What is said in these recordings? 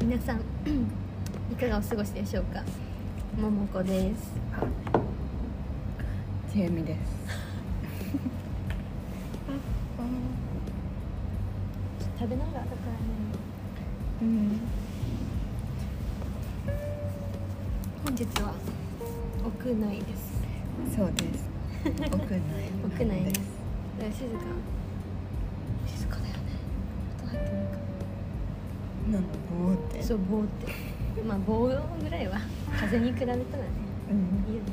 皆さん いかがお過ごしでしょうかももこですちえみです食べながらだからねうん本日は屋内ですそうです 屋内屋内でですすだから静か静かだよね音入ってないかなんかぼーってそう棒って まあ棒ぐらいは風に比べたらねうんいいよね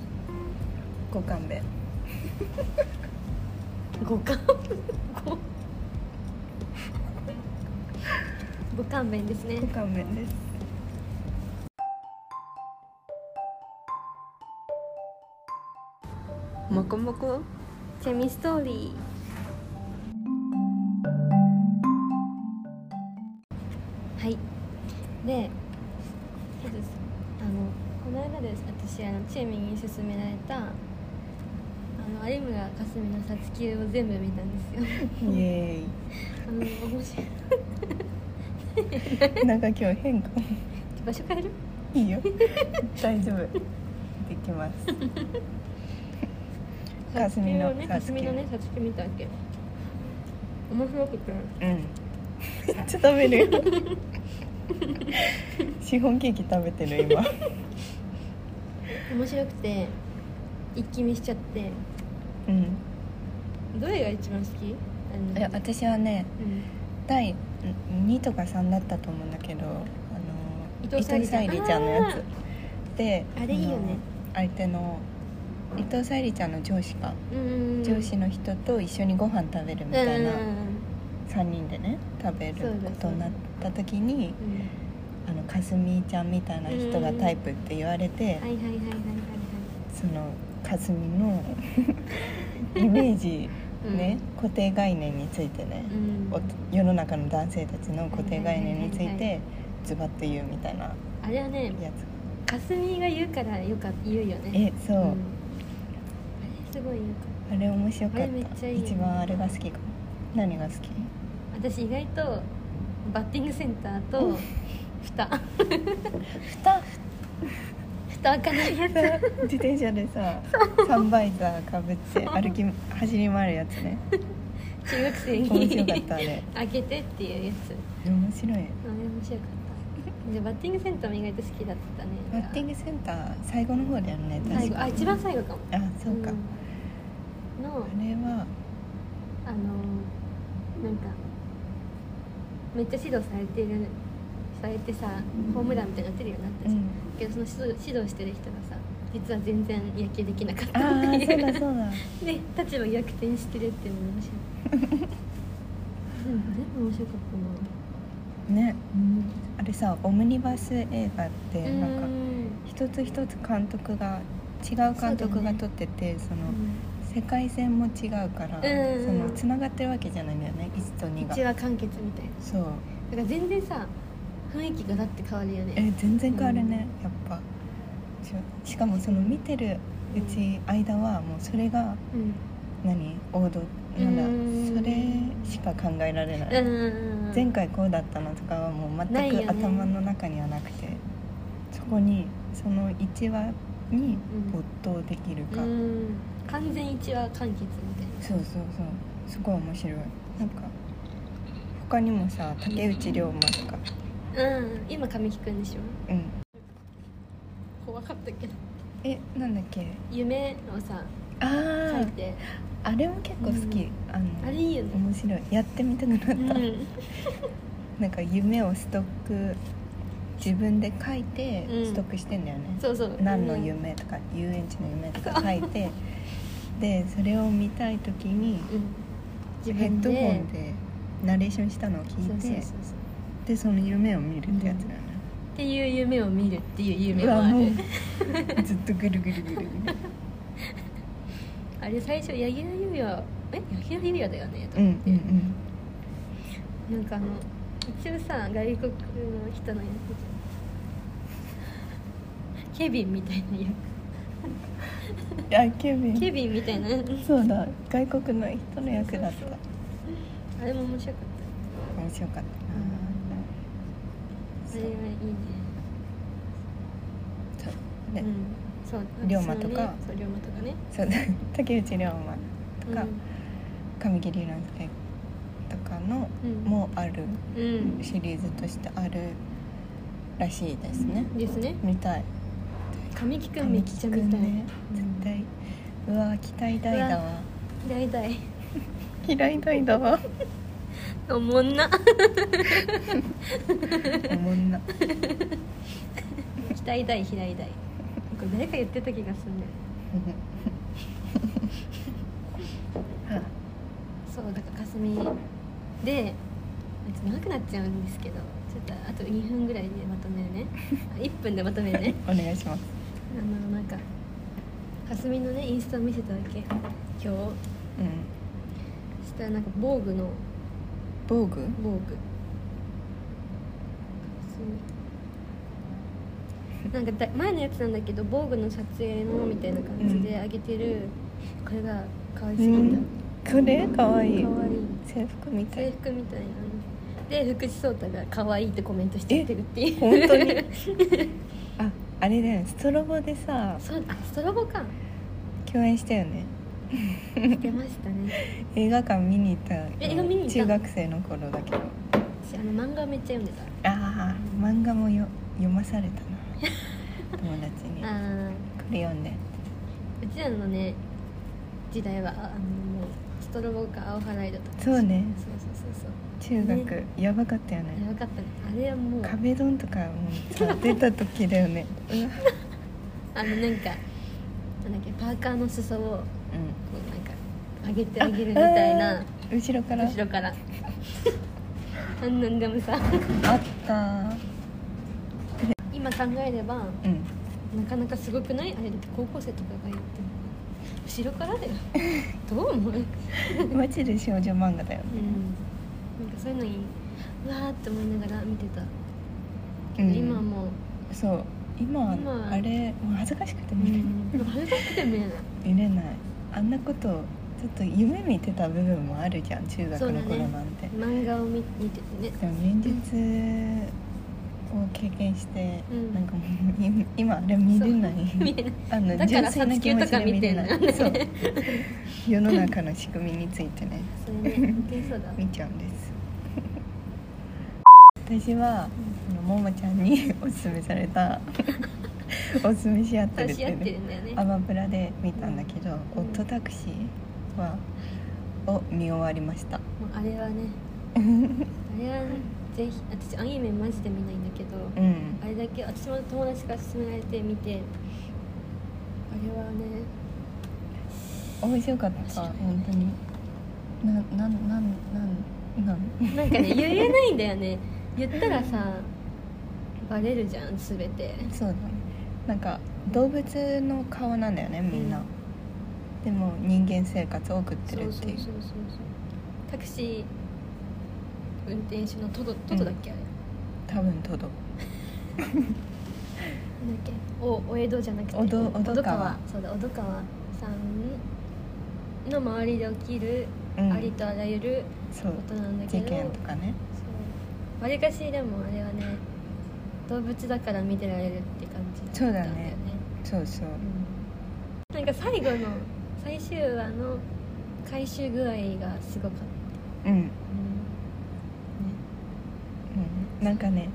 ご勘弁五感 五ご勘弁ですねご勘弁ですもこもこチェミストーリーはいでそうですあのこの間です私あのチェミに勧められたあの有村架純の「撮球」を全部見たんですよイエあの面白いーイ なんか今日変かも場所変えるい いよ大丈夫できますかすみのねかかすすみみのねさつき見たわけ面白くてうんめっちゃ食べるよ シフォンケーキ食べてる今面白くて一気見しちゃってうんどれが一番好きあのいや私はねうん第2とか3だったと思うんだけどあの伊藤沙莉ちゃん伊藤ちゃんのやあつであれいいよねあの相手の伊藤沙莉ちゃんの上司か、うん上司の人と一緒にご飯食べるみたいなうんうん3人でね食べることになった時にうんあのかすみちゃんみたいな人がタイプって言われて、はいはいはいはいはいはいそのかすみの イメージね、固定概念についてね、うんお世の中の男性たちの固定概念についてズバッと言うみたいなあれはねやかすみが言うからよか言うよつねえそう、んあれすごいよかっあれ面白かあっれめったちゃいいよね一番あれが好きかも何が好きた私意外とバッティングセンターと蓋蓋蓋開かないやつ自転車でさサンバイザーかぶって歩き走り回るやつね中学生面白かっにた あれ開けてっていうやつ面白いあれ面白かったじゃあバッティングセンターも意外と好きだったねバッティングセンター最後の方だよね確か最後あ一番最後かもあそうか、うんのあれはあのなんかめっちゃ指導されてるされてさホームランみたいになってるようになったうじゃん、んけどその指導指導してる人がさ実は全然野球できなかっああたってそういうだそうだで立場逆転してるっていうのも面白いうん全部面白かったなねうんあれさオムニバス映画ってなんかん一つ一つ監督が違う監督が撮っててそ,、の世界線も違うから、うんそのつながってるわけじゃないんだよね1と2一が話完結みたいなそうだから全然さ雰囲気がだって変わるよねえ全然変わるね、やっぱししかもその見てるうち間はもうそれがうん何王道なんだ、うんそれしか考えられない、うん前回こうだったのとかはもうな全いよくね頭の中にはなくてそこにその1話に没頭できるか、うん完全一話完結みたいなそうそうそうすごい面白いなんか他にもさ竹内涼真とかうん今髪引くんでしょうん怖かったけどえなんだっけ夢をさあ書いあてあれも結構好き、うんあのあれいいよね面白いやってみたくなった、うんなんか夢をストック自分で書いてうんストックしてんだよね、そうそう何の夢とか遊園地の夢とか書い てでそれを見たい時にうんうん自ヘッ分ドでホンでナレーションしたのを聞いてそうそうそうそうでその夢を見るってやつだよね、っていう夢を見るっていう夢うわもあもるう ずっとぐるぐるぐるぐるあれ最初柳楽優弥え柳楽優弥だよねとうん思って、うんなんかあの一応さ外国の人の役ケビンみたいな役うんあケビンケビンみたいなそうだ外国の人の役だっそうそうたあれも面白かっ面白かったなた、初夢いいねそうでうんそう龍馬とかそう龍馬とかねそう竹内涼真とか、神木隆之介とかのうんうんもあるうんシリーズとしてあるらしいですね、ですね見たい神木くんめっちゃ見たい、ねうん絶対うわ期待大だ わ嫌いだい嫌い大だわおもんなおもん な嫌いだい嫌いだいこれ誰か言ってた気がするねはそうだからかすみでちょっと長くなっちゃうんですけどちょっとあと2分ぐらいでまとめる ねあ1分でまとめるねあお願いします あのなんかかすみのねインスタを見せたわけ今日うんそしたらなんか防具の防具防具なんかだ前のやつなんだけど防具の撮影のみたいな感じで上げてる、これが可愛すぎうたんこれかわいい可愛い制服みた制い服みたいなので福士蒼太が可愛いってコメントしちゃってるっていう本当にああれだよねストロボでさ そうあストロボか共演したよね出ましたね映画館見に行ったよえ映画見に行った中学生の頃だけど私あの漫画めっちゃ読んでたああ漫画もよ読まされ たな友達にあこーれ読んでうちらのね時代はああのもうストロボかアオハライドとかそうねそうそうそうそう中学、ねやばかったよねやばかったねあれはもう壁ドンとかもうさ出た時だよ ねうわあのなんかなんだっけパーカーの裾をこうなんか上げてあげるみたいなあー後ろから後ろからあんなんでもさあった今考えればう んなかなかすごくないあれだって高校生とかが言っても後ろからだよどう思う、うん、マジで少女漫画だよねなんかそういうのにうわーって思いながら見てた、うん今はもう、そう今今あれもう恥ずかしくてう見れ,、ん、でも恥ずかしくて見 えない見れないあんなことちょっと夢見てた部分もあるじゃん中学の頃なんて、漫画を見見ててねでも現実を経験して、うんなんかもう今今あれ見れないそう 見れないあのだから純粋な気持ちで見れないサンキューとそう世の中の仕組みについてねそれね本当にそうだ見ちゃうんです 私はあのももちゃんに おすすめさ れたおすすめし合ってる話っして合いっうてるねんだよねアマプラで見たんだけど「うんオットタクシーは」を見終わりましたもうあれは ねあれはぜひ私アニメマジで見ないんだけど、うんあれだけ私も友達から勧められて見てあれはね 面白かった本当にななんなんなんなんなんかね言えないんだよね言ったらさバレるじゃん全てそうだねなんか動物の顔なんだよねみんな、うんでも人間生活を送ってそうるっそうてそういうそうタクシー運転手のトドトドだっけ、あれ多分トドなんだっけおお江戸じゃなくておどおど川そうだ小戸川さんの周りで起きる、うんありとあらゆるそうことなんだけど事件とかねそうわりかしでもあれはね動物だから見てられるって感じそうだねったんよそうそううんなんか最後の最終話の回収具合がすごかったうん、うんうなんかねんね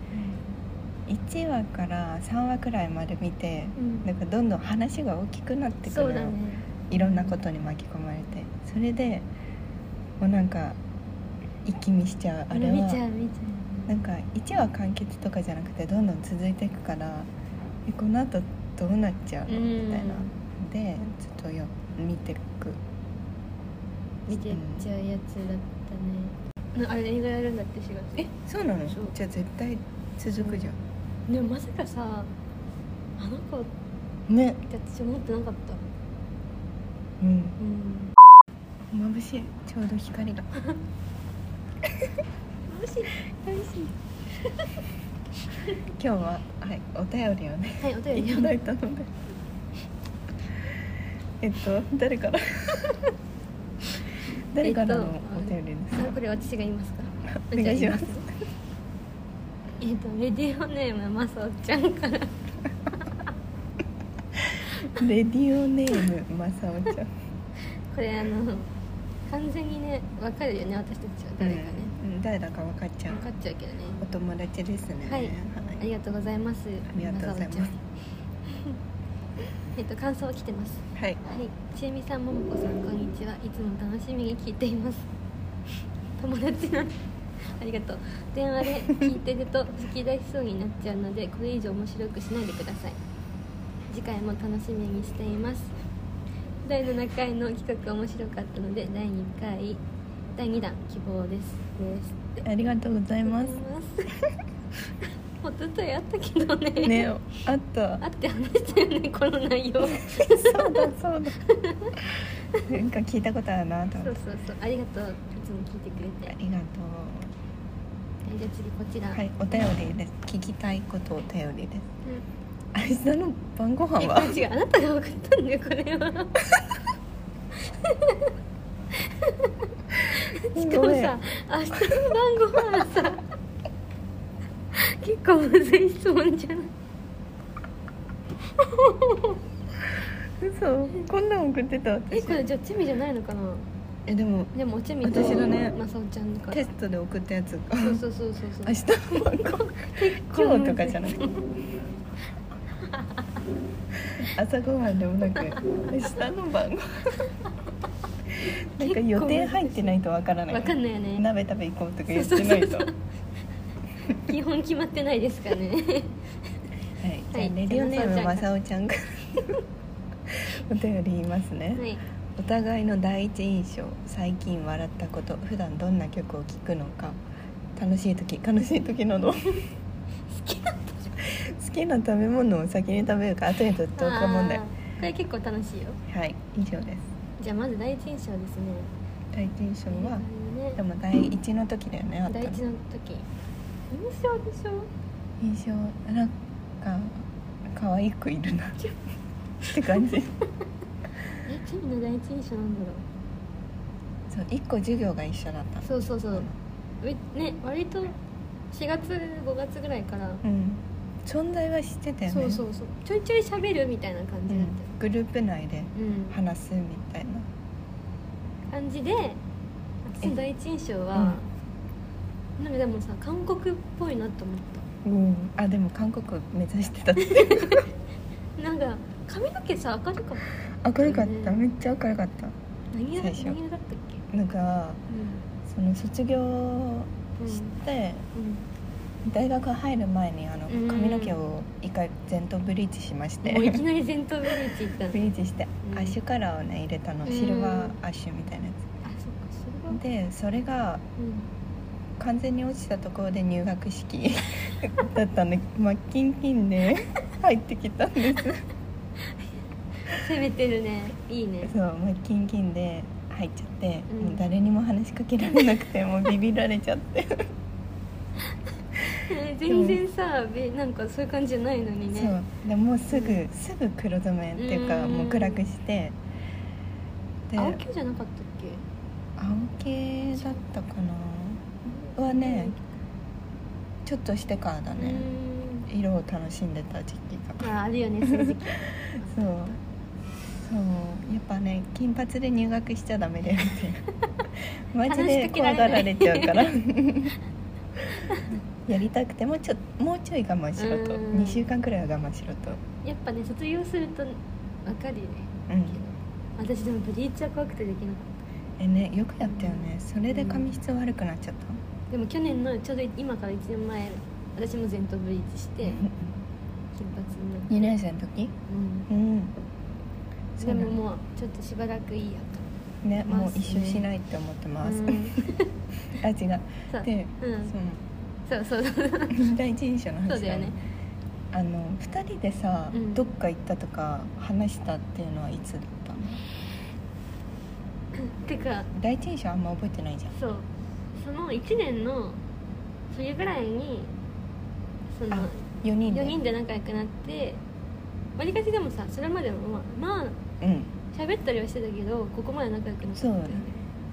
1話から3話くらいまで見てうんなんかどんどん話が大きくなってくそうるのだねよ、いろんなことに巻き込まれてそれでもうなんか一気見しちゃうあれは見ちゃう見ちゃうなんか1話完結とかじゃなくてどんどん続いていくからえこの後どうなっちゃうのうんみたいなでちょっとよ見てく見てっちゃうやつだったねなあれ映画やるんだって4月えそうなのそうじゃあ絶対続くじゃでもまさかさあの子っんねて私思ってなかったうんうん眩しいちょうど光がもし今日ははいお便りをねはいお便りいただいたので えっと誰から誰からのお便りですか、 あこれ私が言いますかお願いしますじゃあ言いえっとレディオネームマサオちゃんからレディオネームまさおちゃんこれあの完全にねわかるよね私たちは誰かね、うんうん誰だか分かっちゃう分かっちゃうけどねお友達ですねはいありがとうございますありがとうございマサオますちゃん えっと感想来てますはいはい、ちえみさん、ももこさん、こんにちは。いつも楽しみに聞いています。 友達の ありがとう。電話で聞いてると吹き出しそうになっちゃうので、これ以上面白くしないでください。次回も楽しみにしています。第7回の企画面白かったので、第2回、第2弾希望です。です。ありがとうござ いまあすりがとうござい ます。もうずっとやったけどね。ねあった会って話したよね、この内容。そうだそうだなんか聞いたことあるなとそ思っうてそうそう、ありがとう。いつも聞いてくれて。ありがとえじゃあ次こちら。うはいお便りです聞きたいことお便りですうん明日の晩ご飯えこはれ違う、あなたが送ったんだよ、これ は。しかもさ、明日の晩ご飯はさ。結構むずい質問じゃない。嘘こんなん送ってた私え、これじゃあ、チェミじゃないのかな。えでもでも、チェミと。私だねマサオちゃんだかテらス。トで送ったやつがそうそうそうそうそう。 明日の晩ご飯今日とかじゃなくて 朝ごはんでもなく明日の晩ご飯なんか予定入ってないとわからないわかんないよね。鍋食べ行こうとか言ってないとそうそうそう基本決まってないですから ね。はい、じゃあレディオネームまさおちゃん がお便り言いますね、はい。お互いの第一印象最近笑ったこと普段どんな曲を聴くのか楽しい時悲しい時など好きな好きな食べ物を先に食べるか後にとっておく問題あーこれ結構楽しいよ。はい以上ですじゃあまず第一印象ですね。第一印象はねでも第一の時だよねあった第の一の時印象でしょ印象なんか可愛くい るなって感じえチームの第一印象なんだろうそう一個授業が一緒だったそうそうそううね割と4月5月ぐらいから、うん存在は知ってたよねそうそうそうちょいちょい喋るみたいな感うじだっんグループ内でた、うん話すみたいな感じで私の第一印象は、なんかでもさ韓国っぽいなと思っうん、あでも韓国目指して たってたなんか髪の毛さ明るかっ明るかった、うんめっちゃ明るかったた何色最初何色だったっけなんかその卒業うんして、うん 大学入る前にあのうん髪の毛を一回全頭ブリーチしまして、もういきブなり前頭ブリーチ行ったのあそリーチしてうんアッシュカラーをね入れたの、うんシルバーアッシュみたいなやっかそれはつでそれがうん完全に落ちたところで入学式 だったんでまあキンキ ンで入ってきたんです攻めてるねいい ねそう、まあ、キンキンで入っちゃって、うんもう誰にも話しかけられなくてもうビビられちゃって全然さ、べなんかそういう感じじゃないのにそねうでもうすぐ、すぐ黒染めっていうか、うんもう暗くしてで青青木じゃなかったっけ系だったかなはねちょっとしてからだうね、ん色を楽しんでた時期がああるよねそういう時期そうそうやっぱね金髪で入学しちゃダメだよっていう マジで怖がられちゃうからやりたくてもちょもうちょい我慢しろとうん2週間くらいは我慢しろと、 やっぱね卒業するとわかるよねうん私でもブリーチは怖くてできなかっえねよくやったよねそれで髪質悪くなっちゃった、たでも去年のちょうど今から1年前私も前頭ブリーチして金髪になって2年生の時うんうんそうでなのももうちょっとしばらくいいやねもう一ま生すねしないって思ってとます、うん あ違うそうで、うんそうそうそうその第一印象の話そうだよねあの2人でさ、うんどっか行ったとか話したっていうのはいつだったのてか第一印象あんま覚えてないじゃんそうその1年の冬ぐらいにそのあ4人で4人で仲良くなってわりかしでもさそれまでもまあまあうん喋ったりはしてたけどここまで仲良くなかったよね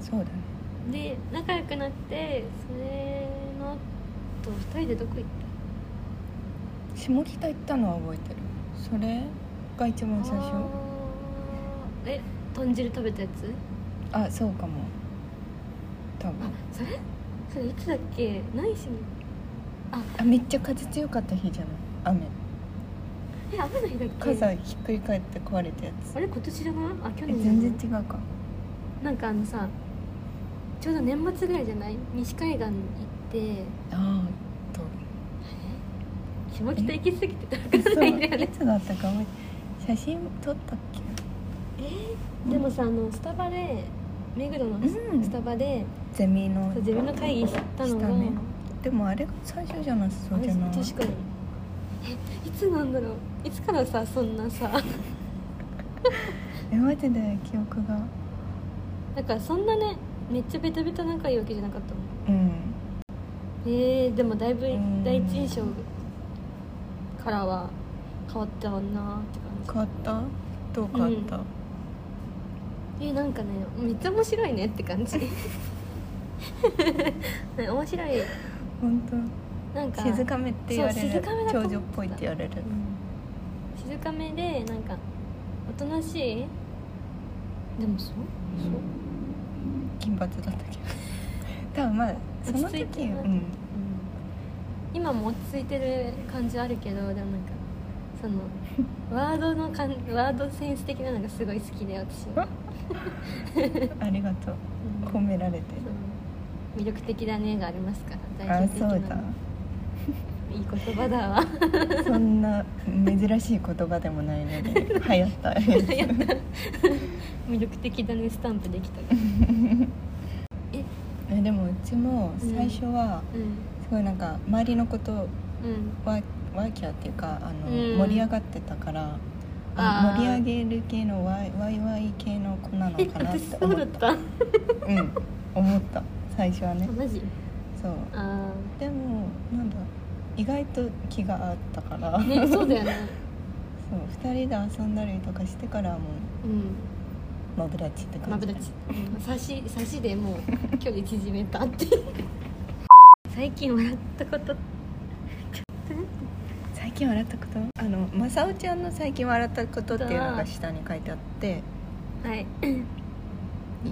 そうだねで仲良くなってそれのあと2人でどこ行っ下北行ったのは覚えてるそれが一番最初あーえ豚汁食べたやつあそうかも多あ分それそれいつだっけ何しにあめっちゃ風強かった日じゃない雨え雨の日だっけ傘ひっくり返って壊れたやつあれ今年じゃないあ去え年じゃ全ない然違うかなんかあのさちょうど年末ぐらいじゃない西海岸行ってああと下北行き過ぎてたわえかんそうないんだよね いつだったか覚えて写真撮ったっけでもさあのスタバで目黒のうんスタバで、ゼミのそうゼミの会議したのがしたねでもあれが最初じゃなさそうじゃないあれ確かにえいつなんだろういつからさそんなさえマジで記憶がなんかそんなねめっちゃベタベタ仲いいわけじゃなかったもんうんえー、でもだいぶうん第一印象からは変わったわなって感じ変わったどう変わった、うえー、なんかねめっちゃ面白いねって感じ ね面白い本なん当か静かめって言われそうる静かめだと思長ってた女っぽいって言われるうん静かめでなんかおとなしいでもそうそう金髪だっ たけど多分まあその落ち着い時てうるん今も落ち着いてる感じあるけどでもなんかそ のワードのかんワードセンス的なのがすごい好きで私は、ありがとううん褒められてそう魅力的だねがありますからあ代そ表的なうだいい言葉だわそんな珍しい言葉でもないので流行ったややつった魅力的だねスタンプできたえでもうちも最初はうんすごいなんか周りのことをうんワーワーキャーっていうかあの、うん盛り上がってたからあーあ盛り上げる系のワイワイワイ系の子なのえかなっ私てそ思うだっったたあうん思った最初はねマジそうあでもなんだ意外と気が合ったから、あ ねそうだよねそう2人で遊んだりとかしてからはも うんうマブダチってマ感ブじダチ差し差しでもう距離縮めたって 最近笑ったこと最近笑ったことあのマサオちゃんの最近笑ったことっていうのが下に書いてあって はい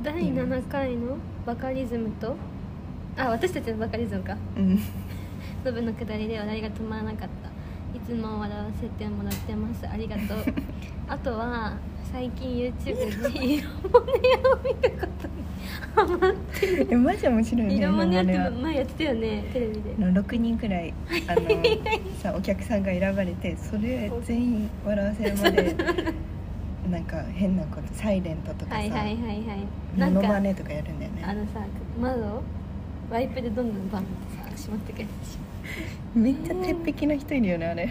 第7回のバカリズムとあ私たちのバカリズムかうんノブのくだりで笑いが止まらなかったいつも笑わせてもらってますありがとう あとは最近 YouTube で色モネを見たことにハマっえマジ面 白いてね色モネっあてれは前やってたよねテレビでの6人くらいあの さお客さんが選ばれてそれ全員笑わせる までなんか変なこと「サイレントとかさはいはいはいはいモノマネとかやるんだよあのねさ窓をワイプでどんどんバンってさ閉まってくやつでしめっちゃ鉄壁な人いるよねあれ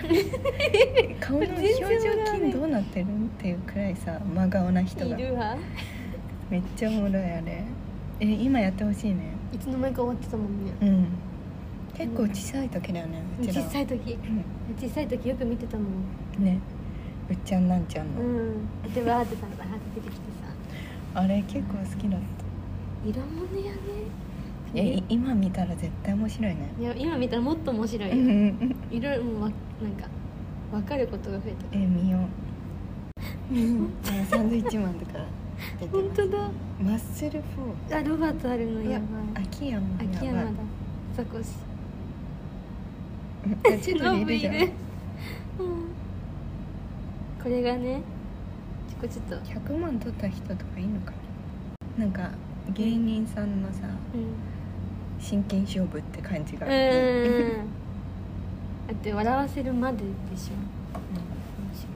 顔の表情筋どうなってるっていうくらいさ真顔な人ょがいるわめっちゃおもろいあれえ今やってほしいねいつの間にか終わってたもんねうん結構小さい時だよねうち小らさい時小さい時よく見てたもんうんねうっちゃんなんちゃんうの、んでわーってさわーって出てきてさあれ結構好きだった色物やねいやい今見たら絶対面白いねいや今見たらもっと面白ういよんいろいろもうわなんか分かることが増えたえ見よううんサンドイッチマンとか出て本ます当だマッスルあロバートあるの4やばい秋山やばい秋山だザコシうん ちょっとノいブるいじるゃんうんこれがねちょこちょっと100万取った人とかいいのかななんか芸人さんのさうん真剣勝負って感じうがーんだって笑わせるまででしょ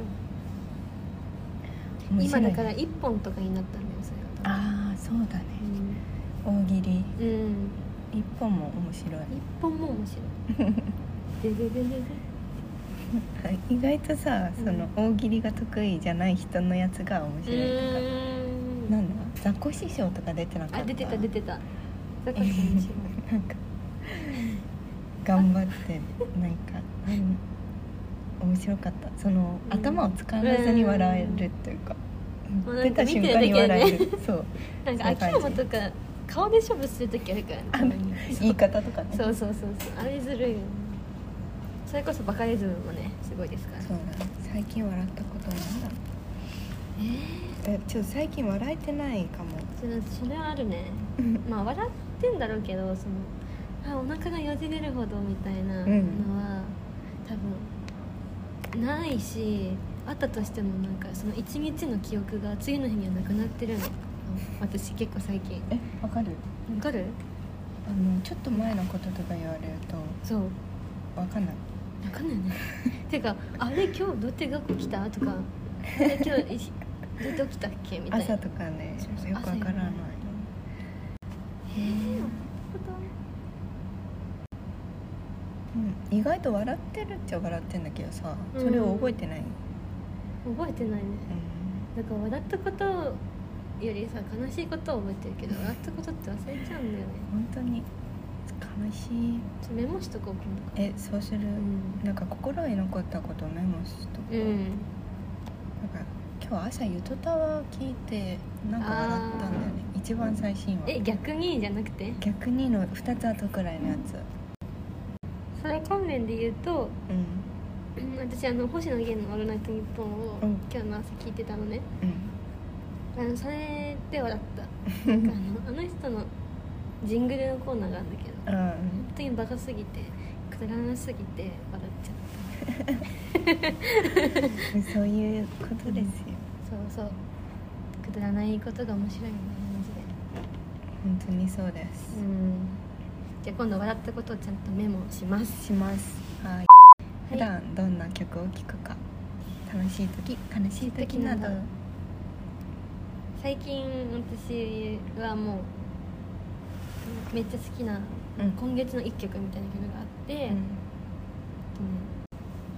面白い今だからあ一本とかになったんだよそれがあーそうだねうん大喜利うん一本も面白一い本も面白いででででで意外とさその大喜利が得意じゃない人のやつが面白ういとかーなんんだザコシショウとか出てなかったあ出てた出てたザコシ面白いなんか頑張ってなんかうん面白かったその、うん頭を使わずに笑えるっていうか、もうな出んかた見て瞬る間にだけ笑でえる、 そうなんか秋山とか顔で勝負する時あるからねたまに言い方とかねそうそうそうそうあれずるいよねそれこそバカリズムもねすごいですからそうだ最近笑ったことなんだええちょっと最近笑えてないかもーそれそれはあるねまあ笑ってんだろうけどそのあお腹がよじれるほどみたいなのは、うん多分ないしあったとしてもなんかその一日の記憶が次の日にはなくなってるの私結構最近えわかるわかるあのちょっと前のこととか言われるそうとわかんないわかんない ねてかあれ今日どうやって学校来たとかあれ今日いしどうやって起きたっけみたいな朝とかねそうそうよくわからな朝いよへーうん、意外と笑ってるっちゃ笑ってんだけどさそれを覚えてない、覚えてないねだから笑ったことよりさ悲しいことを覚えてるけど笑ったことって忘れちゃうんだよね本当に悲しいちょメモしとこう今度えそうする、んなんか心に残ったことメモしとく、なんか今日朝ゆとたわ聞いてなんか笑ったんだよね一番最新話え逆にじゃなくて逆にの2つ後くらいのやつそれ関連で言うと うんうん私あの星野源の「オールナイトニッポン」をうん今日の朝聞いてたのねうんあのそれで笑 ったなんかあのあの人のジングルのコーナーがあるんだけどあ本当にバカすぎてくだらなすぎて笑っちゃったうんそういうことですよそうそうくだらないことが面白いみたいな感じで本当にそうです、うんじゃあ今度笑ったことをちゃんとメモしますしますはい普段どんな曲を聴くか楽しい時悲しい時など悲しい時など最近私はもうめっちゃ好きな、うん今月の1曲みたいな曲があって「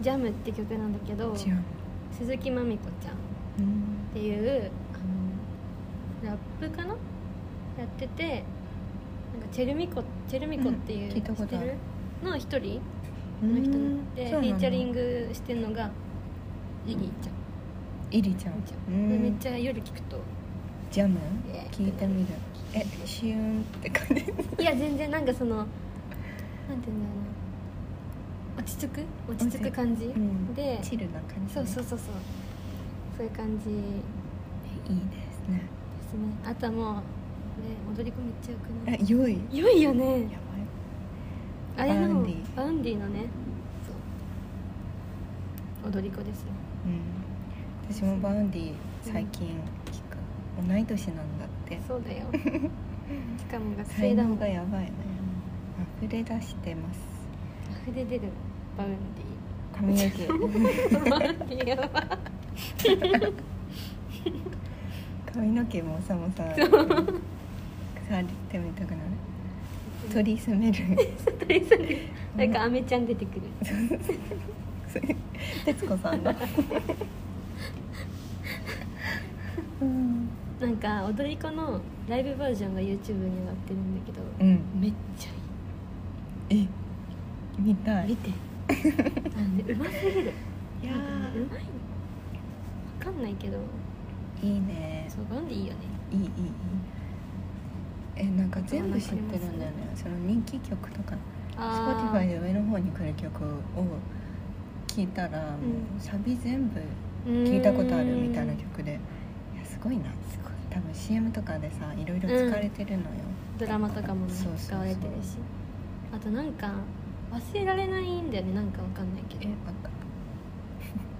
ジャムって曲なんだけど違う鈴木まみこちゃんっうんていうあのラップかなやっててなんかチェルミコチェルミコっていう、うん聞いたこと知っあるてるの一人の人でフィーチャリンググしてるのがイギーちゃんイリちゃんちゃうんでめっちゃ夜聞くとジャムイエーイ聞いてみるえシューンって感じいや全然なんかそのなんて言うんだろうな落ち着く落ち着く感じ、うんでチルな感じそうそううそうそうそういう感じでいいですねすねあとはもうね踊り子めっちゃよくなえい良い良いよねやあれのバウンディバウンディのねそう踊り子ですよばいうん私もバウンディ最近聞く同い年なんだってそう だよしかも学才生だも能んがやばいね溢れ出してます溢れ出るバウンディ髪の毛 髪の毛もさもさ触ってみたくなる取り詰め る取り急いでなんかアメちゃん出てくる徹子さんのうんなんか踊り子のライブバージョンが YouTube に上がってるんだけど、うんめっちゃえ見たいいい見てなんでうますぎるいなんかねうまいの分かんないけどいいねそうバンでいいよねいいいいいいえなんか全部知ってるんだよねその人気曲とか Spotify で上の方に来る曲を聞いたら、もうサビ全部聞いたことあるみたいなうーん曲でいやすごいなすごい多分 CM とかでさいろいろ使われてるのよ、ドラマとかもねそうそ使うそうわれてるしあとなんか忘れられないんだよねなんかわかんないけどえなんか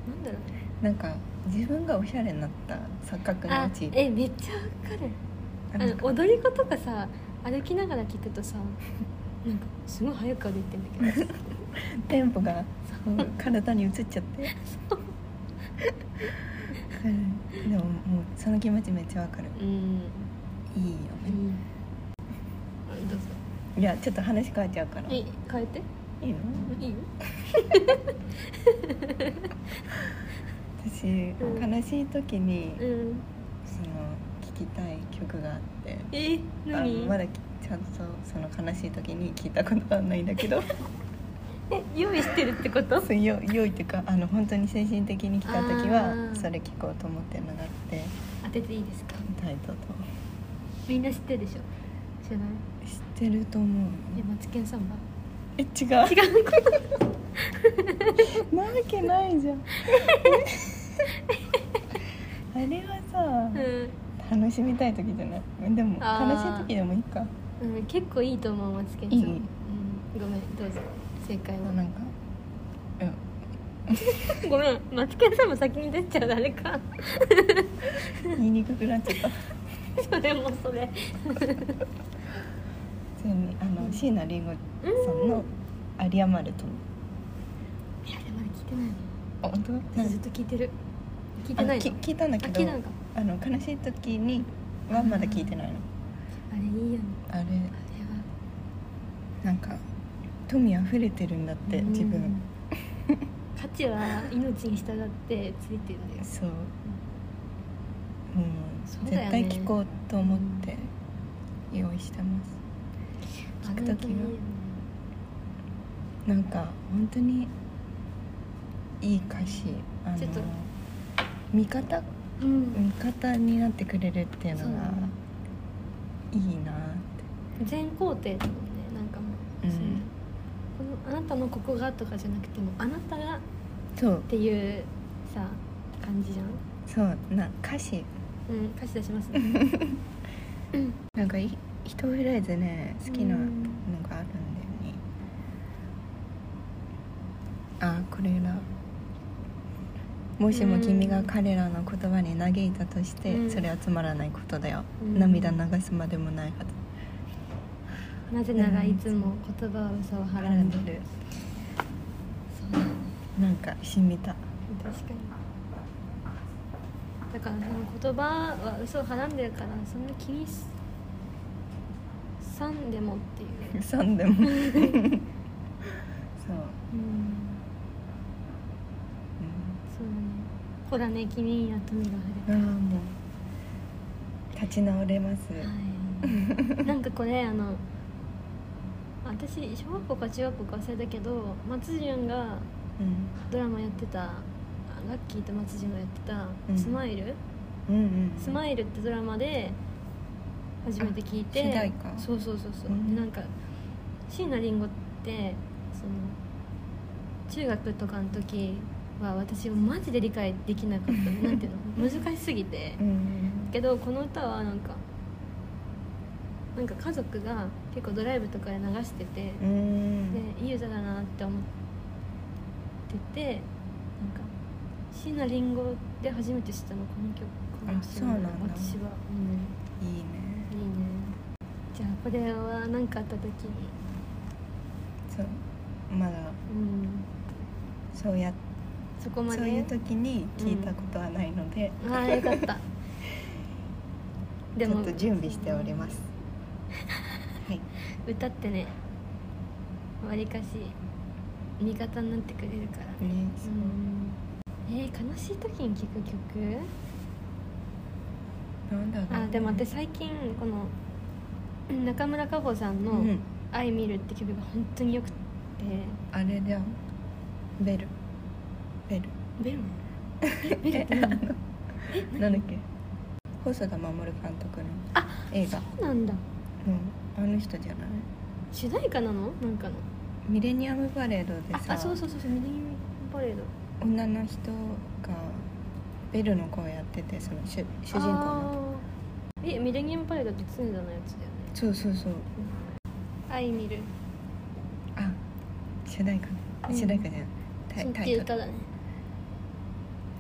なんだろうねなんか自分がおしゃれになった錯覚のあうちえめっちゃわかるあの踊り子とかさ歩きながら聞くとさ なんかすごい早く歩いてんだけどテンポ がこう体に移っちゃってうんでももうその気持ちめっちゃわかるうんいいようねんどうぞいやちょっと話変わっちゃうからえい変えていのいいよ私、ん悲しい時に、うんその聴きたい曲があってえあの何まだきちゃんとその悲しい時に聞いたことはないんだけ どえ用意してるってことそうよ良いっていうかあの本当に精神的に来た時あはーそれ聞こうと思ってるのがあって当てていいですかタイトとみんな知ってるでしょ知らない知ってると思うえマツケンサンバえ違う違う なわけないじゃん あれはさ、楽しみたい時じゃないでもあ楽しーい時でもいいかうん、うん、結構いいと思うマツケンさんいいうん、ごめんどうぞ正解はなんかうんごめんマツケンさんも先に出ちゃう誰か言いにくくなっちゃったそれもそれ普通にあの椎名林檎さんの「有り余ると思ういやでもまだ聞いてないの」あ本当私ずっと聞いてる聞いてないのあのき聞いたんだけあ聞いたのどかあの悲しい時にはまだ聞いてないのあれいいよねあれあれはなんか富あふれてるんだってうん自分価値は命に従ってついてるんだよそうそもううだよ絶ね対聞こうと思って用意してます聞く時があの歌いいよねなんか本当にいい歌詞あのちょっと味方うん味方になってくれるっていうそうのだがねいいなって全肯定だもんねなんかもう、うんそのこのあなたのここがとかじゃなくてもあなたがっそうていうさ感 じじゃんそうな歌詞うん歌詞出し ますねなんかい一フレーズね好きなうのんがあるんだよねあこれだもしも君が彼らの言葉に嘆いたとして、うんそれはつまらないことだよ、うん涙流すまでもないはずなぜならいつも言葉は嘘をはらんでるそうだねなんかしみた確かにだからその言葉は嘘をはらんでるからそんな気にしさんでもっていう さ んでもそう、うん、うんそうだねほらね君には富があああもう立ち直れまするはいなんかこれあの私小学校か中学校か忘れたけど松潤がうんドラマやってたあガッキーと松潤がやってたう「んスマイル」うんうんスマイルってドラマで初めて聞いてあ主題歌そうそうそうそう、うんでなんか椎名林檎ってその中学とかの時は私マジで理解できなかったなんて いうの難しすぎてうんうんけどこの歌はなんかなんか家族が結構ドライブとかで流してて、うーんでいい歌だなって思っててなんか椎名林檎で初めて知ったのこの曲かもしれないあそうなんだ私は、ういいん、いねいねじゃあこれは何かあった時にそうまだうんそうやそこまでそういう時に聞いたことはないので、ああよかったでちょもっと準備しておりますはい歌ってねわりかし味方になってくれるからねうんえー、悲しい時に聴く曲なんだろうねあでも私最近このうん中村佳穂さんうのん「愛見る」って曲が本当によくて、あれじゃんベルベルベルえベルって何なんだっけ細田守監督のあ映画そうなんだうんあの人じゃない主題歌なのなんかのミレニアムパレードであさあそうそうそうそうミレニアムパレード女の人がベルの声やっててその主主人公のあーえミレニアムパレードって常田のやつだよねそうそうそう「愛見るあ主題歌ね、うん主題歌じゃない」タそイっタちイト歌ルだね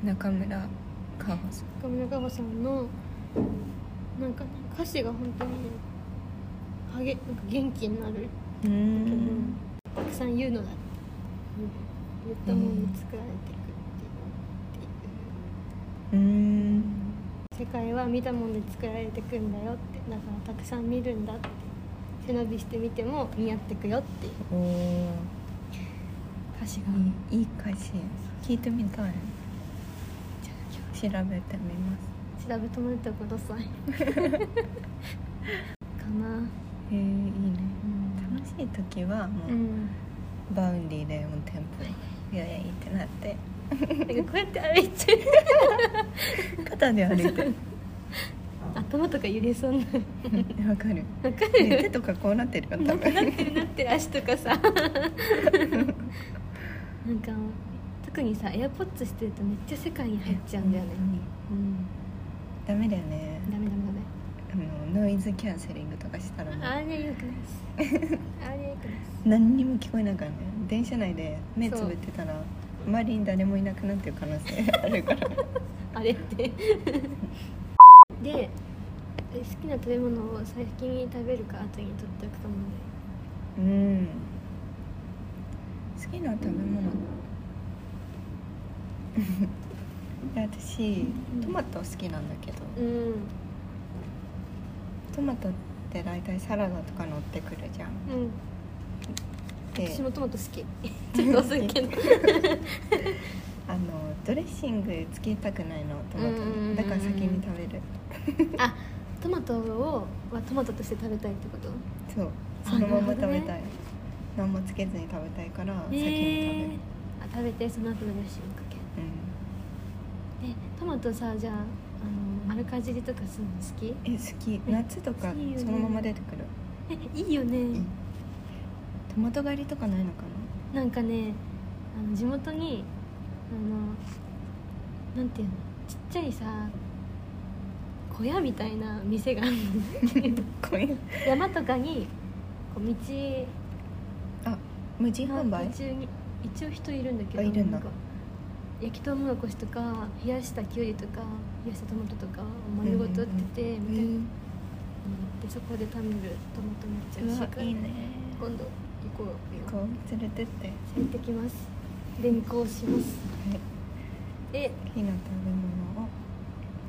中村かほさん中村佳穂さんのなんかね歌詞が本当に励なんか元気になるうーけどんたくさん言うのだって言ったものに作られてくっうーんていう世界は見たもので作られてくんだよってだからたくさん見るんだって背伸びしてみても見合ってくよっていうおー歌詞が、いいいい歌詞聞いてみたいじゃあ調べてみます今日調べてもらってくださいかなへえういいねん楽しい時はもう、うん、バウンディレオンテンポイエイってなってなんかこうやって歩いてる肩で歩い てる頭とか揺れそうになるうんわかるわかるね手とかこうなってるよ多な分ってなってる足とかさなんか特にさエアポッツしてるとめっちゃ世界に入っちゃうんだよね本うん当にダメだよねダメダメあのノイズキャンセリングとかしたらもダうメあれよくないっすあれよくないっす何にも聞こえないからね電車内で目つぶってたら周りに誰もいなくなってる可能性 あ るからあれって でえ好きな食べ物を最近に食べるか後に取っておくかもねうん好きな食べ物 で私トマト好きなんだけどうんトマトって大体サラダとか乗ってくるじゃんうんで私もトマト好 きちょっと遅い けどあのドレッシングつけたくないのトマトうんうんうんうにんだから先に食べるあトマトをはトマトとして食べたいってことそうあそのなままるほど食ねべたい、何もつけずに食べたいから先に食べる、えーあ食べてその後のドレッシングかけるえトマトさじゃああの丸かじりとかするの好きうんえ好き夏とかいいよねそのまま出てくる、えいいよね、うんトマト狩りとかない のかなんかねあの地元にあのなんていうのちっちゃいさ小屋みたいな店 があるのなこういう山とかにこう道あ無人販売途中に一応人いるんだけどあいるんだか焼きとうもろこしとか冷やしたきゅうりとか冷やしたトマトとか丸ごと売ってて、うみたいなのんでそこで食べるトマトめっちゃ美味しいからいいね今度行こうよこう連れてってはい行ってきます連行しますえ好きな食べ物を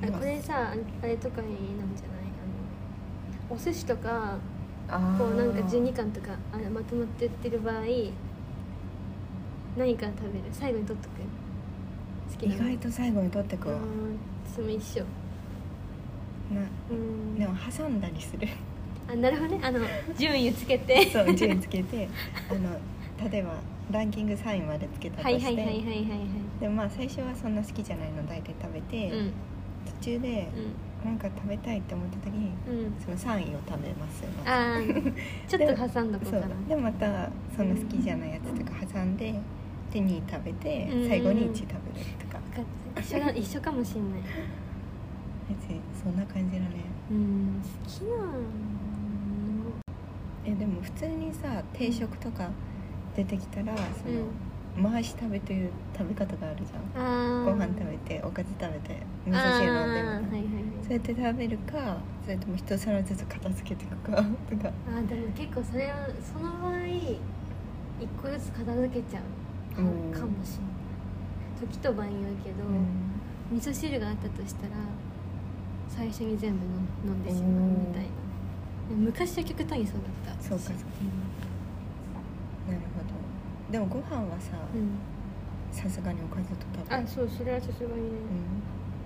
あ今これさあれとかになんじゃないあのお寿司とかあーこうなんか12貫とかあまとまって売ってる場合何から食べる最後に取っとく好き意なの外と最後に取ってくわ、うんそれも一緒なうんでも挟んだりする あなるほどねあの順位をつけて そう順位つけてあの例えばランキング3位までつけたとはしいて、はいはいはいはいはでまあ最初はそんな好きじゃないの大体食べて、いうん途中でうなんか食べたいって思った時にんうんその3位を食べますよねあ ーちょっと挟んどこうそかうなでまたそんな好きじゃないやつとか挟んでで2位食べてうん最後に1位食べるとか一緒だ一緒かもしんない別にそんな感じだねうん好きなのえでも普通にさ定食とか出てきたらその、回し食べという食べ方があるじゃんうんあーご飯食べておかず食べて味噌汁飲んでみたいな、あーはいはいはそういやって食べるかそれとも一皿ずつ片付けていくか とかあーでも結構それはその場合一個ずつ片付けちゃううんかもしんない時と場合によるけど、うん味噌汁があったとしたら最初に全部飲飲んでしまうみたいなでも昔は極端にそうだったそうかそうかなるほどでもご飯はさうん、うんさすがにおかずと食べあるそうそれはさすがにね、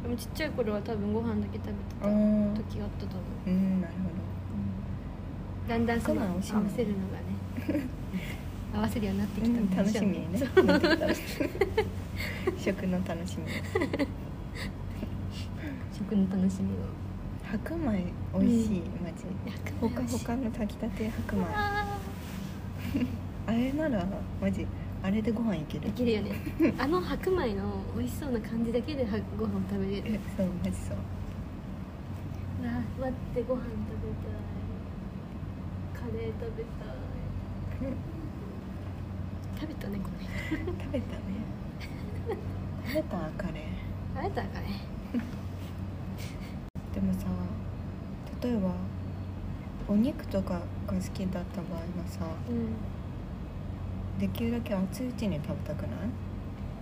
でもちっちゃい頃は多分ご飯だけ食べてたうんうん時があったと思う、うんなるだんだんそのご飯美味しい合わねせるのがね合わせるようになってほど、きたうんんで楽しょしうみにねなってきた 食の楽しみ食の楽しみを白米美味しい、マジほか美味ほしいかの炊きたて白米ああれならマジあれでご飯いけーるいけるよねあの白米の美味しそうな感じだけではご飯を食べれるえそうマジそうわー待ってご飯食べたいカレー食べたい食べたねこの人食べたね食食べたカレーべたかねでもさ例えばお肉とかが好きだった場合はさうんできるだけ熱いうちに食べたくない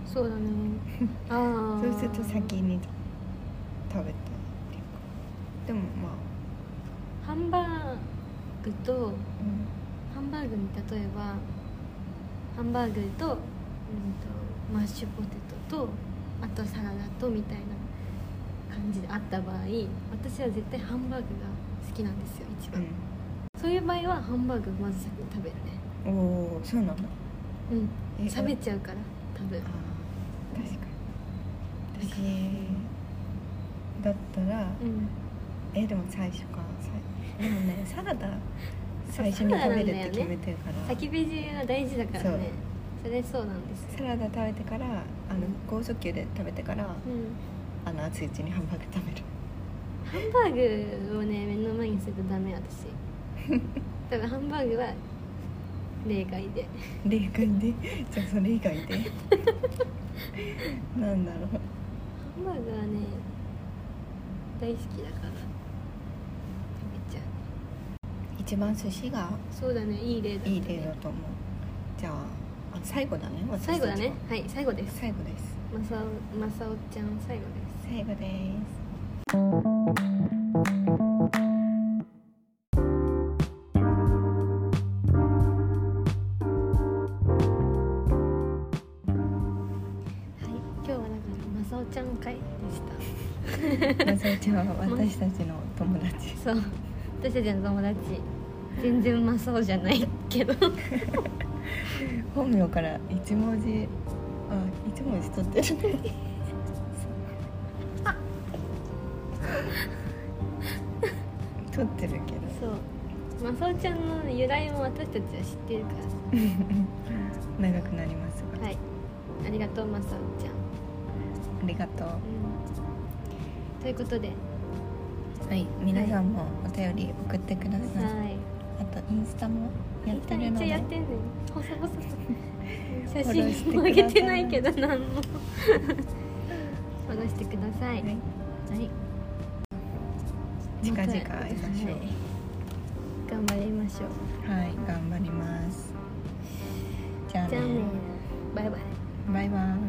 そうだ ねああそうすると先に食べたいっていうかでもまあ、ハンバーグとハンバーグに例えばハンバーグと,、うん、とマッシュポテトとあとサラダとみたいな感じであった場合私は絶対ハンバーグが好きなんですよ一番、そういう場合はハンバーグをまず先に食べるねうん、おおそうなんだうんえ冷めちゃうから多分あー確かに私だったらうんえでも最初かさいでもねサラダ最初に食べるって決めてるから先ベジは大事だからそうねそそれそうなんですサラダ食べてからあのうん高速球で食べてからうんあの熱いうちにハンバーグ食べる ハンバーグをね目の前にするとダメ 私多分ハンバーグは例外で例外で じゃあそれ以外で なんだろうハンバーグはね大好きだから食べちゃう一番寿司がそうだねいい例だったねいい例だと思うじゃああ最後だね私た最ち後はだねはい最後です最後ですマサオマサオちゃん最後です最後ですはい今日はだからマサオちゃん会でし まさお ちゃんは私たちの友達たそう私たちの友達全然マサオじゃないけど本名から一文字あ一文字取ってるね取ってるけどそうマサオちゃんの由来も私たちは知ってるか長くなりますが、らはいありがとうマサオちゃん、ありがとううん、ということではい皆さんもお便り送ってください、はいあとインスタもやってるのめっちでゃやってんねん細々と写フォローして真もくださ上いげてない けど何もフォローしてください、はいはい近々会いましょうはい頑張りましょうはい頑張りますじゃあねじゃあねバイバイバイバイ